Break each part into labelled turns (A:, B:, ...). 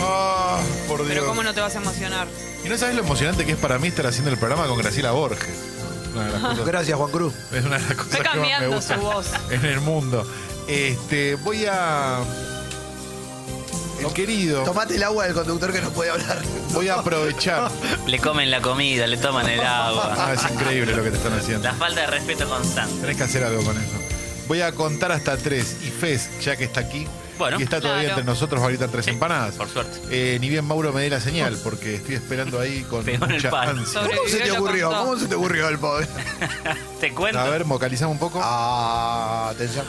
A: Ah, por Dios.
B: Pero ¿cómo no te vas a emocionar?
A: Y no sabes lo emocionante que es para mí estar haciendo el programa con Graciela Borges. Una de
C: Ah.
A: las cosas-
D: Gracias, Juan Cruz.
A: es una de las cosas
B: Está
A: que más me
B: cambiando
A: gusta
B: su voz.
A: en el mundo. Este, voy a. El querido,
D: Tomate el agua del conductor que no puede hablar.
A: voy a aprovechar.
C: Le comen la comida, le toman el agua.
A: Ah, es increíble lo que te están haciendo.
C: La falta de respeto constante.
A: Tenés que hacer algo con eso. Voy a contar hasta tres. Y Fez, ya que está aquí.
C: Bueno,
A: y está todavía
B: claro.
A: entre nosotros, va a gritar tres
C: Sí,
A: empanadas.
C: por suerte.
A: Eh, ni bien Mauro me dé la señal, porque estoy esperando ahí con
C: Pegó en el
A: mucha
C: palo.
A: ansia.
D: ¿Cómo se
B: Sobrevivió y
D: te
B: lo
D: ocurrió?
B: contó.
D: ¿Cómo se te ocurrió el pobre?
C: Te cuento.
A: A ver, vocalizamos un poco.
D: Ah, atención.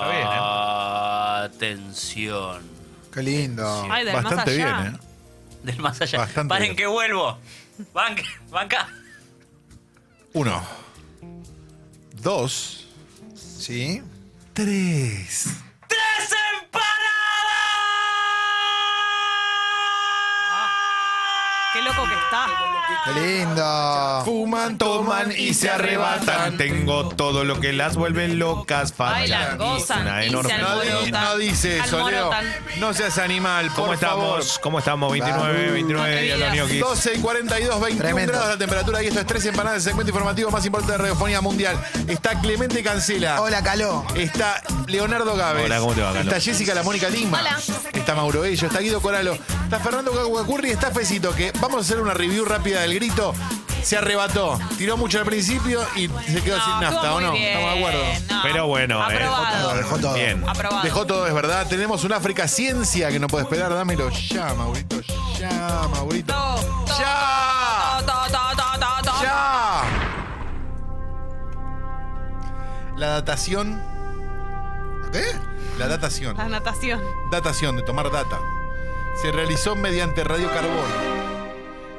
A: Está bien, ¿eh?
C: Atención.
D: Qué lindo.
B: Ay, del más
A: Bastante bien,
B: allá.
A: ¿eh?
C: Del más allá.
A: Bastante
C: Paren
A: bien.
C: que vuelvo. Banca, banca.
A: Uno. Dos.
D: ¿Sí?
A: Tres.
C: ¡Tres empanadas!
B: Qué loco que está.
D: Qué lindo.
A: Fuman, toman y se arrebatan. Tengo todo lo que las vuelve locas.
B: Bailan, gozan
E: Una
B: y
E: enorme-
B: se
A: No, di-
B: alborotan.
A: no dice eso, Leo.
B: Alborotan.
A: No seas animal, por
E: ¿Cómo
A: favor.
E: estamos? ¿Cómo estamos? 29,
D: Vamos.
E: 29 días los ñoquis.
A: 12 y 42, 21
D: Tremendo.
A: grados la temperatura y esto es 13 empanadas, el segmento informativo más importante de Radiofonía Mundial. Está Clemente Cancela.
D: Hola, Caló.
A: Está Leonardo Gávez.
E: Hola, ¿cómo te va, Carlos?
A: Está Jessica La Mónica Lima.
B: Hola.
A: Está Mauro Bello, está Guido Coralo, está Fernando Caguacurri, está Fecito, que vamos a hacer una review rápida del grito. Se arrebató, tiró mucho al principio y se quedó sin nafta,
B: estuvo
A: ¿o
B: muy
A: no?
B: bien,
A: Estamos de acuerdo.
B: no.
E: Pero bueno, eh,
B: Aprobado.
D: Lo dejó todo.
E: Bien.
B: Aprobado.
A: Dejó todo, es verdad. Tenemos un África Ciencia que no puede esperar. Dámelo ya, Maurito. Ya, Maurito.
B: Todo, todo,
A: ¡Ya!
B: todo, todo, todo, todo, todo.
A: ¡Ya! La datación.
D: ¿Eh?
A: La datación.
B: La natación.
A: Datación, de tomar data. Se realizó mediante radiocarbono.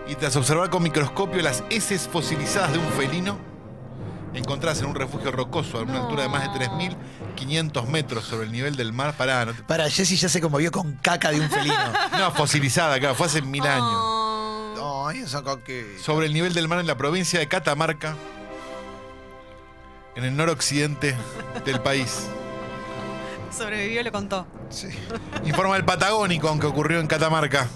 A: Y tras observar con microscopio las heces fosilizadas de un felino, encontradas en un refugio rocoso a una altura de más de 3.500 metros sobre el nivel del mar. Pará, no, te-
D: Para, Jessy ya se conmovió con caca de un felino.
A: no, fosilizada, claro, fue hace mil años.
D: No, eso con que.
A: sobre el nivel del mar en la provincia de Catamarca, en el noroccidente del país.
B: Sobrevivió, lo contó.
D: Sí.
A: Informa el Patagónico, aunque ocurrió en Catamarca.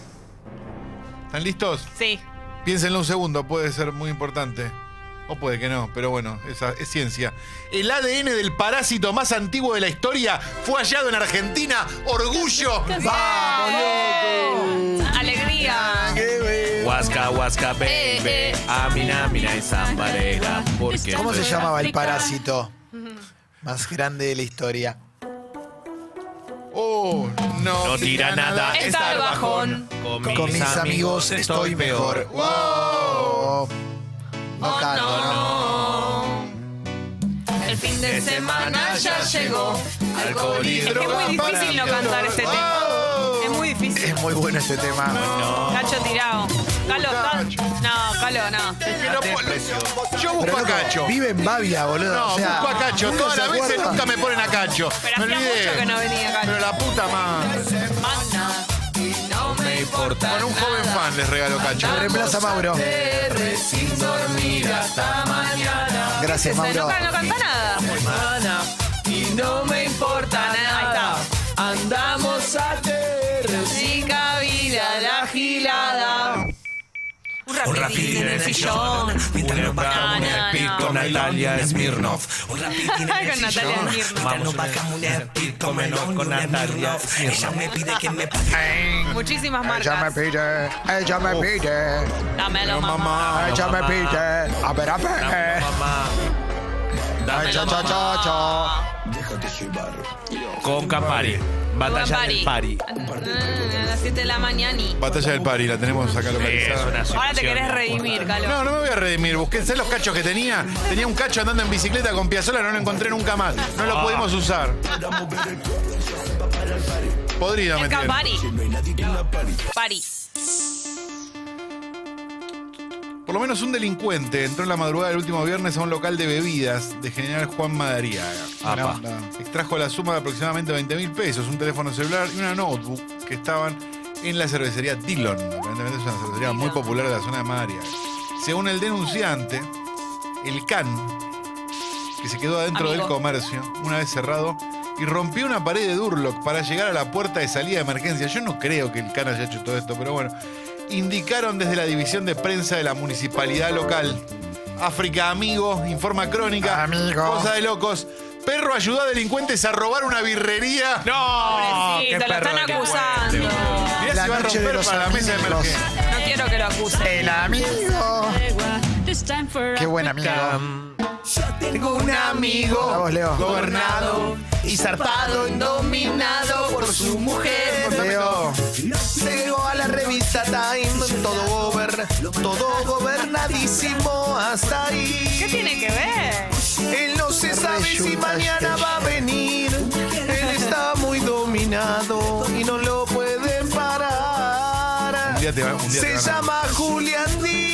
A: ¿Están listos?
B: Sí.
A: Piénsenlo un segundo, puede ser muy importante. O puede que no, pero bueno, esa es ciencia. El ADN del parásito más antiguo de la historia fue hallado en Argentina. ¡Orgullo!
B: ¡Vamos, ¡Alegría!
E: Huasca, huasca,
B: Eh,
E: baby.
B: eh.
E: Amina, mina y zambarela. Porque
D: ¿Cómo se
E: estoy-
D: llamaba el parásito más grande de la historia?
A: ¡Oh! No,
E: No tira nada.
B: Está el bajón.
D: Con mis amigos estoy mejor. ¡Wow!
B: Oh,
D: No canto,
B: El fin de semana ya llegó.
A: Alcohol y
B: Es que es muy
A: droga
B: difícil
A: para
B: no cantar este
A: ¡Wow!
B: tema. Es muy
D: ¿no?
B: difícil.
D: Es muy bueno este tema.
B: Cacho tirado. Calo, Ca-
A: Cacho.
B: No, Calo, no.
A: Es que no puedo- Yo busco
D: Pero,
A: a
D: loco,
A: Cacho.
D: Vive en Babia, boludo.
A: No,
D: o sea,
A: busco a Cacho.
D: nunca
A: Todas
D: se
A: las veces
D: acuerda.
A: nunca me ponen a Cacho.
B: Pero
A: me
B: hacía
A: olvidé.
B: mucho que no venía Cacho.
A: Pero la puta madre.
B: Manda.
A: Con un joven fan les regalo Cacho.
D: Lo reemplaza Mauro. Gracias,
B: No,
D: Mauro.
B: ca- no canta nada.
F: Y no me importa nada. Andamos a
B: Chica vida, la gilada. Un rapidín en el sillón.
F: Mientras
E: Una
F: nos bajamos
B: no,
F: un
B: no,
F: speed
B: no.
F: con Natalia Smirnov. Un rapidín en el
B: Con Natalia
F: sillón.
B: Smirnoff.
F: Mientras nos bajamos un speed con melón y
E: con
F: una
E: Natalia
F: Smirnoff. Ella me pide que me pase.
B: Muchísimas
D: Ella me
B: marcas.
D: pide, ella me pide,
B: Dámelo, mamá.
D: ella me pide. A ver, a ver. Ay, cha, cha, cha, cha.
E: Con Campari. Batalla del
B: Buen
E: Pari.
B: Mm, A las 7 de la mañana. y-
A: Batalla del Pari, la tenemos acá
E: Es
A: localizada.
E: una
B: Ahora te
E: selección.
B: querés redimir, Calo.
A: No, no me voy a redimir. Busqué, ¿sabés los cachos que tenía? Tenía un cacho andando en bicicleta con Piazola, no lo encontré nunca más. No lo pudimos usar. Podrido me
B: Acá,
A: tiene.
B: Pari. Pari.
A: Por lo menos un delincuente entró en la madrugada del último viernes a un local de bebidas de General Juan Madariaga.
E: Apa.
A: Buena onda. Extrajo la suma de aproximadamente 20 mil pesos, un teléfono celular y una notebook que estaban en la cervecería Dillon. Aparentemente es una cervecería muy popular de la zona de Madariaga. Según el denunciante, el can, que se quedó adentro
B: Amigo.
A: del comercio, una vez cerrado, y rompió una pared de Durlock para llegar a la puerta de salida de emergencia. Yo no creo que el can haya hecho todo esto, pero bueno. Indicaron desde la división de prensa de la municipalidad local. África Amigo, informa crónica.
D: Amigo.
A: Cosa de locos. Perro ayudó a delincuentes a robar una birrería.
E: ¡No!
B: Pobrecito,
E: ¡Qué
B: lo
E: perro
B: están acusando.
E: delincuente, boludo!
A: Mirá
D: La
A: si va a
D: noche de
A: romper
D: los
A: para la mesa de
D: amigos.
A: emergencia.
B: No quiero que lo acusen.
D: El amigo. Qué buen amigo.
E: Cam.
F: Tengo un
D: La
F: amigo
D: voz, Leo.
F: gobernado y zarpado, dominado por su mujer.
D: Leo.
F: Llegó a la revista Time, todo gober, todo gobernadísimo hasta ahí.
B: ¿Qué tiene que ver?
F: Él no se sabe si
D: Resulta
F: mañana
A: este
D: que-
F: va a venir. Él está muy dominado y no lo pueden parar.
A: Un día te va- un
F: se
A: día te van a-
F: llama Julián Díaz.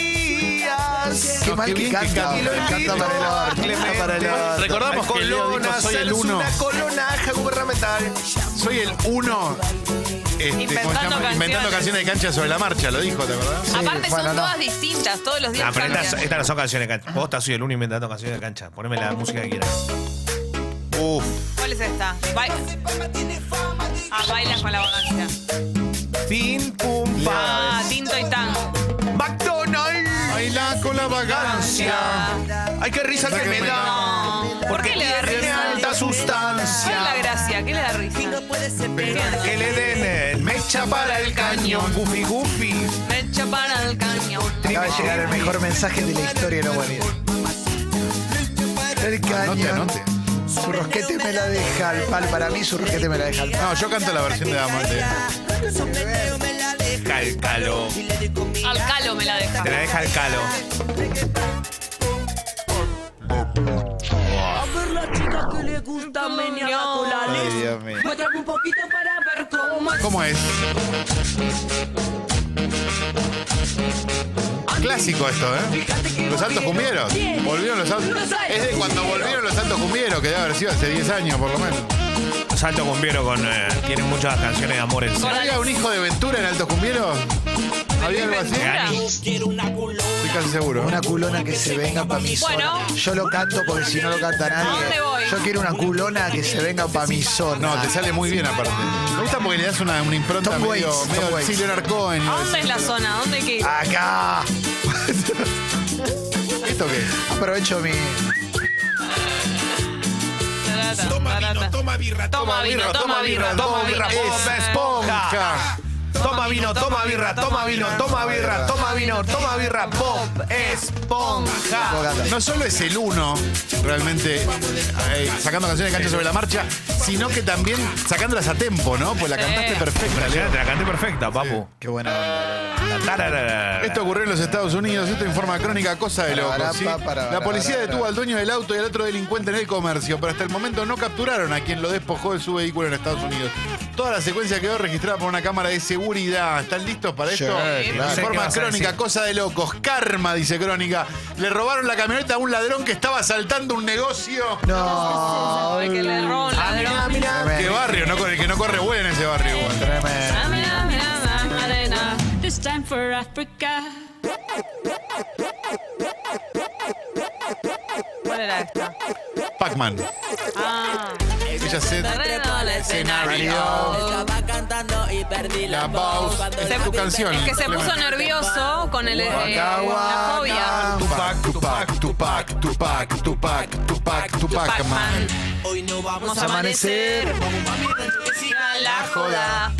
D: Qué
A: No,
D: mal
A: qué
D: que
A: bien que
D: canta.
A: canta.
F: Y lo
D: Canta
F: invito
D: para
F: a
D: el orto. Canta para el
F: Clemente.
D: orto.
A: Recordamos
F: Recordamos
A: que
F: con
A: Leo dijo,
F: Lona,
A: soy el
F: hacerse
A: uno.
F: una colonaja gubernamental.
A: Soy el uno. este, ¿cómo se
B: Inventando
A: llama?
B: canciones.
A: Inventando canciones de cancha sobre la marcha, lo dijo, ¿te acordás?
B: Aparte
D: bueno,
B: son
D: no.
B: todas distintas, todos los
E: Ah,
B: días.
E: pero estas,
B: cambian.
E: estas no son canciones de cancha. Posta, soy el uno inventando canciones de cancha. Poneme la música que quieras.
A: Uf.
B: ¿Cuál es esta? Ba- ah, bailas con la vagancia.
F: Tin, pum,
B: Ah, tinto y tango.
F: McDonald's.
A: Baila con la vagancia.
F: Ay, qué risa que me da.
B: No. ¿Por qué le da
F: Tiene
B: risa?
F: alta
B: ¿Cuál es la
F: sustancia.
B: gracia? ¿Qué le da risa?
F: Que le den el mecha para el cañón. Gufi, gufi.
B: Me echa para el cañón.
D: Acaba de llegar el mejor mensaje de la historia de la humanidad. El
A: Anote,
D: cañón.
A: anote.
D: Su rosquete me la deja al pal. Para mí, su rosquete me la deja al pal.
A: No, yo canto la versión de Amante.
E: Calcalo.
B: Al calo me la deja.
E: Te la deja el calo.
D: Ay, Dios mío.
G: Muéstrame un poquito para ver cómo es.
A: ¿Cómo es? Clásico esto, ¿eh? Los Altos Cumbieros. Volvieron los Altos. Es de cuando volvieron los Altos Cumbieros, que debe haber sido hace 10 años por lo menos.
E: Salto cumbiero con. eh, tienen muchas canciones de amor en sí.
A: ¿Había un hijo de Ventura en Altos Cumbieros? ¿Había algo así?
B: Ventura.
A: Estoy casi seguro.
D: Una culona que se venga pa' mi zona.
B: Bueno.
D: Yo lo canto porque si no lo canta nadie.
B: dónde voy?
D: Yo quiero una culona que se venga pa' mi zona.
A: No, te sale muy bien aparte. Me gusta porque le das una, una impronta
D: Tom
A: medio,
D: Waits, Tom
A: medio
D: Waits.
A: Silvio Narcoen.
B: ¿A dónde es la zona? ¿A ¿Dónde hay que ir?
D: Acá.
A: ¿Esto qué? es?
D: Aprovecho mi.
B: Barata, barata.
F: birra,
B: Toma vino, toma birra, toma birra.
A: Bob Esponja.
F: Toma vino, toma birra, toma vino, toma birra, toma vino, toma birra, Bob Esponja.
A: No solo es el uno, realmente, eh, sacando canciones de cancha sobre la marcha, sino que también sacándolas a tempo, ¿no? Pues la
B: Sí.
A: cantaste perfecta, Leo.
E: Te la canté perfecta, papu.
D: Qué buena onda.
E: La tararara.
A: Esto ocurrió en los Estados Unidos, esto informa crónica cosa de loco.
D: Para, para,
A: ¿sí?
D: para, para,
A: La policía
D: para,
A: detuvo
D: para.
A: al dueño del auto y al otro delincuente en el comercio, pero hasta el momento no capturaron a quien lo despojó de su vehículo en Estados Unidos. Toda la secuencia quedó registrada por una cámara de seguridad. ¿Están listos para
D: Sí,
A: esto?
D: claro.
E: Sé qué
A: Informa
E: vas a
A: crónica,
E: decir.
A: cosa de locos. Karma, dice crónica. Le robaron la camioneta a un ladrón que estaba asaltando un negocio.
D: No.
B: Ay, que le roban la droga.
A: Qué barrio, no, el que no corre huele en ese barrio. igual.
D: Tremendo.
B: Ah, mirá, mirá, Macarena.
G: This time for Africa.
B: ¿Cuál era esta?
A: Pac-Man.
B: Ah.
A: Ella se... La pausa. Es tu canción.
B: Es que se puso nervioso con el, eh, la fobia.
A: Tupac, Tupac, Tupac, Tupac, Tupac, Tupac, Tupac,
B: Pac-Man.
A: man.
B: Vamos a amanecer. Siga la joda.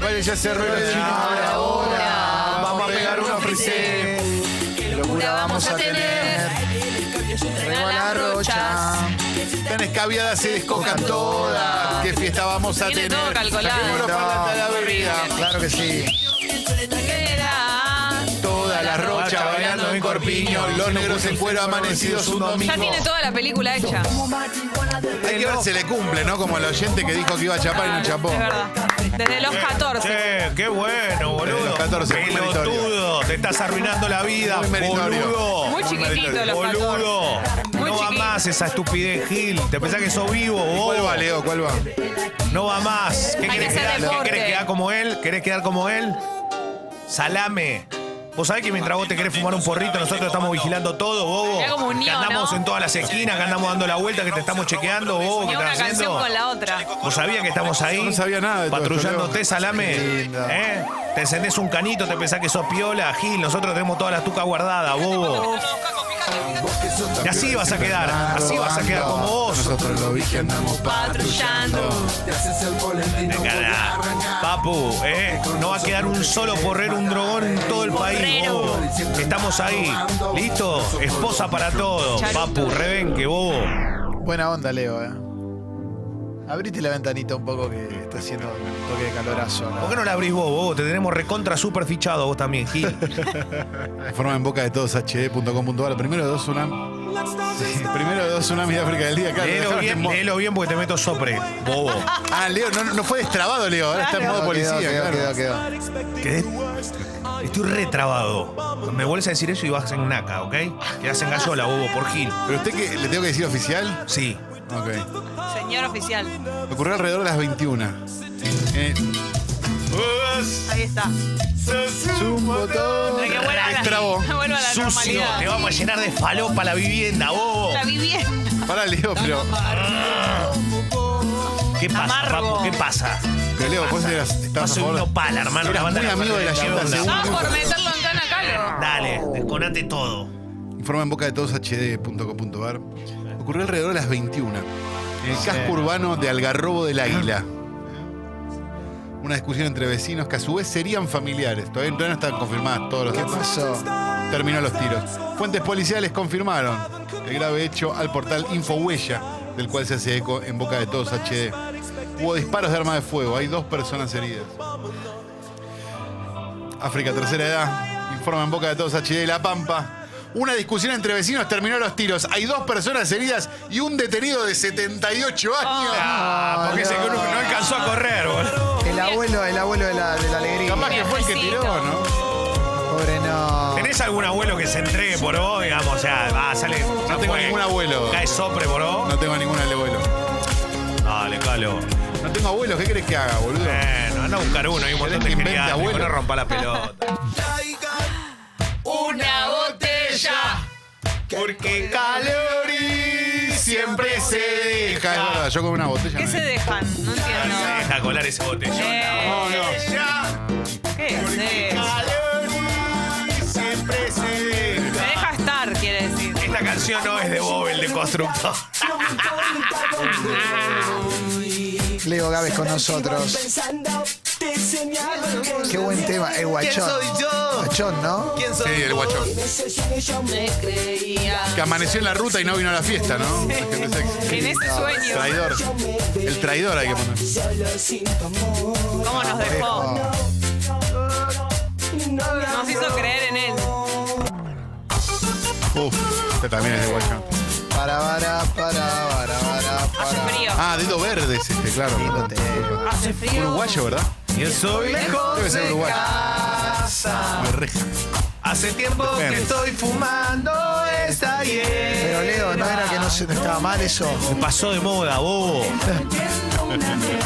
A: Vale, ya se
B: ahora,
A: ahora,
B: ahora.
A: Vamos a pegar una frisé.
D: Qué locura vamos a tener.
B: Frena las rochas.
A: Tan escabiadas se descojan todas. Qué fiesta vamos a
B: Tiene
A: tener.
B: todo calculado.
A: Seguro falta la bebida.
D: Claro que sí.
B: Era.
A: Toda la rocha bailando en corpiño. Los negros en cuero amanecidos un domingo.
B: Ya tiene toda la película hecha.
A: Hay que ver si le cumple, ¿no? Como el oyente que dijo que iba a chapar y no chapó.
B: Ah, Es verdad. Desde los 14.
E: Che, qué bueno,
A: Desde
E: boludo.
A: los 14, muy meritorio.
E: Pelotudo, te estás arruinando la vida,
A: Muy meritorio.
E: boludo.
B: Muy chiquitito los 14.
E: Boludo,
B: Muy
E: no va
B: chiquito.
E: más esa estupidez, Gil. Te pensás que sos vivo,
A: ¿Cuál va,
E: vos.
A: Leo? ¿Cuál va?
E: No va más. ¿Qué
B: Hay que
E: querés
B: hacer
E: quedar? ¿Qué
B: deporte.
E: querés quedar como él? ¿Querés quedar como él? Salame. Vos sabés que mientras vos te querés fumar un porrito, nosotros estamos vigilando todo, bobo.
B: Era como un
E: que
B: niño,
E: andamos
B: ¿no?
E: en todas las esquinas, que andamos dando la vuelta, que te estamos chequeando, bobo, que
B: Tenía
E: estás
B: una canción
E: haciendo.
B: con la otra.
E: Vos sabías que estamos ahí.
A: No sabía nada de todo esto,
E: Patrullándote,
A: Leo.
E: salame. ¿eh? Te encendés un canito, te pensás que sos piola, Gil. Nosotros tenemos todas las tucas guardadas, bobo. Y así vas a quedar, así vas a quedar como vos.
A: Nosotros lo vi que andamos
B: Patrullando.
E: Venga, da. Papu, ¿eh? no va a quedar un solo porrero, un drogón en todo el país.
B: Porrero.
E: bobo. Estamos ahí, listo, esposa para todo. Papu, rebenque, bobo.
F: Buena onda, Leo, eh.
D: eh.
F: Abrite la ventanita un poco que está haciendo un toque de calorazo.
E: ¿Por qué no la abrís vos, bobo? Te tenemos recontra super fichado vos también, Gil.
A: De forma en boca de todos, hd.com.ar. Primero de dos tsunamis. Sí, primero de dos tsunamis de África del Día. Claro,
E: Léelo
A: dejaron en
E: bien,
A: modo-
E: léelo bien porque te meto sopre, bobo.
A: Ah, Leo, no, no fue destrabado, Leo. Ahora está en modo policía,
F: quedó, quedó,
A: claro.
F: quedó.
E: Quedé- Estoy retrabado. Me vuelves a decir eso y vas en naca, ¿ok? Quedás en gallola, bobo, por Gil.
A: Pero usted que le tengo que decir oficial.
E: Sí.
A: Ok.
B: Señor oficial.
A: Ocurrió alrededor de las 21. Eh,
B: Ahí está.
A: un botón.
B: Para que vuelva a la-
A: Destrabó.
B: vuelva a la
E: Sucio.
B: normalidad.
E: Te vamos a llenar de falopa la vivienda, bobo.
B: La vivienda.
A: Pará, Leo, pero.
E: ¿Qué pasa,
B: Amargo.
E: papu? ¿Qué pasa?
A: Pero Leo, vos eras. Estabas
E: Vas
A: a
E: un
A: favor.
E: nopal, hermano.
A: Eras
E: una banda
A: muy
E: de
A: amigo de la
E: ¿Qué
A: Junta,
E: onda?
A: seguro.
B: Estaba por meterlo en cana calo.
E: Dale, desconate todo.
A: Informa en boca de todos hd.com.ar. Ocurrió alrededor de las 21. En el casco urbano de Algarrobo del Águila. Una discusión entre vecinos que a su vez serían familiares. Todavía todavía no están confirmadas todos los
F: ¿Qué
A: datos.
F: pasó?
A: Terminó los tiros. Fuentes policiales confirmaron el grave hecho al portal Infohuella, del cual se hace eco en boca de todos HD. Hubo disparos de arma de fuego, hay dos personas heridas. África Tercera Edad, informa en boca de todos HD La Pampa. Una discusión entre vecinos terminó los tiros. Hay dos personas heridas y un detenido de 78 años.
E: Ah, porque ese grupo no alcanzó a correr, boludo.
F: El abuelo, el abuelo de la, de la alegría.
A: Capaz que fue el que tiró, ¿no?
F: Pobre no.
E: ¿Tenés algún abuelo que se entregue por vos? Digamos, o sea, va, sale. ya
A: tengo
E: fue.
A: ningún abuelo.
E: Cae sopre por vos.
A: No tengo ningún abuelo.
E: Dale, calo.
A: No tengo abuelo, ¿qué crees que haga, boludo?
E: Bueno, anda a buscar uno, hay un montón
A: ¿Querés
E: de
A: que invente
E: genial.
A: abuelo?
E: No rompa la pelota.
B: Una botella.
E: Porque
A: Calori siempre se deja. Es verdad, yo con una botella.
B: ¿Qué
A: me-
B: se dejan? No entiendo.
E: Deja colar ese botellón.
B: Eh, ¿Qué es eso?
E: siempre se
B: Se
E: deja.
B: deja estar, quiere decir.
E: Esta canción no es de Bob, el de Constructor.
F: Leo Gávez con nosotros. Qué buen tema. El guachón. yo? Guachón, ¿no? ¿Quién
A: Sí, el guachón. Que amaneció en la ruta y no vino a la fiesta, ¿no?
B: En ese sueño,
A: Traidor. El traidor hay que poner.
B: ¿cómo nos dejó? Nos hizo creer en él.
A: Uf, este también es de guachón.
F: Para, para, para, para, para,
B: Hace
F: para.
B: frío.
A: Ah, dedo verde es este, claro.
F: Lindo tema.
B: Hace frío.
A: Uruguayo, ¿verdad?
E: Yo soy
A: Debe ser uruguayo.
F: casa.
A: Me reja.
E: Hace tiempo que
A: Depende.
E: estoy fumando esta hierba.
F: Pero Leo, ¿no era que no, se, no estaba mal eso?
E: Me pasó de moda, bobo.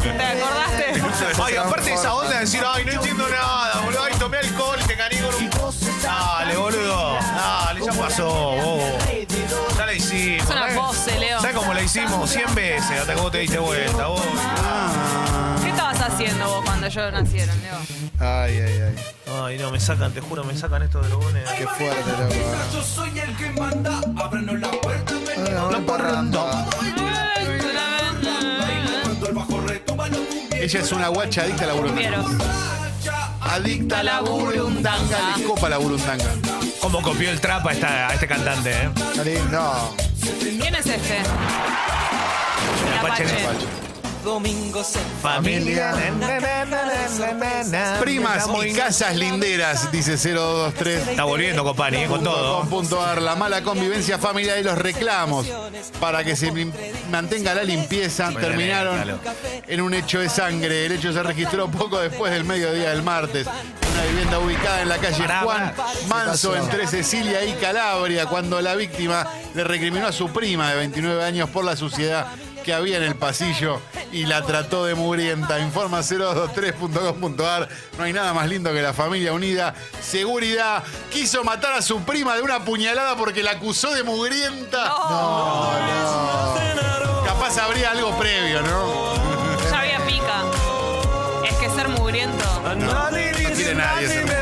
B: ¿Te acordaste?
E: Ay, aparte esa onda de decir, ay, no entiendo nada, boludo. Ay, tomé alcohol y te caí con un. Dale, boludo. Dale, ya pasó, bobo. Ya la hicimos.
B: Es una pose, Leo.
E: ¿Sabes cómo la hicimos? 100 veces. Hasta que vos te diste vuelta, bobo.
B: ¿Qué estabas haciendo vos cuando yo nacieron, Leo?
F: Ay, ay, ay.
E: Ay, no, me sacan, te juro, me sacan estos drogones.
F: Qué fuerte, loco. Ay,
E: Lo porrando.
A: Ella es una guacha adicta a la burundanga.
B: Quiero.
A: Adicta a la burundanga. Le copa la burundanga.
E: Cómo copió el trapa esta, a este cantante, ¿eh?
F: Qué lindo.
B: ¿Quién es este? El
E: Apache.
B: Apache.
E: Familia.
A: Primas y casas linderas, dice 023.
E: Está volviendo, Copani, ¿eh? con todo.
A: .com.ar, la mala convivencia familiar y los reclamos para que se lim- mantenga la limpieza
E: Bueno,
A: terminaron
E: dale.
A: en un hecho de sangre. El hecho se registró poco después del mediodía del martes. Una vivienda ubicada en la calle
E: Pará,
A: Juan Manso entre Cecilia y Calabria cuando la víctima le recriminó a su prima de 29 años por la suciedad que había en el pasillo y la trató de mugrienta. Informa 023.com.ar. No hay nada más lindo que la familia unida. Seguridad quiso matar a su prima de una puñalada porque la acusó de mugrienta. Capaz habría algo previo, ¿no?
B: Ya había pica. Es que ser mugriento.
A: No tiene nadie. ese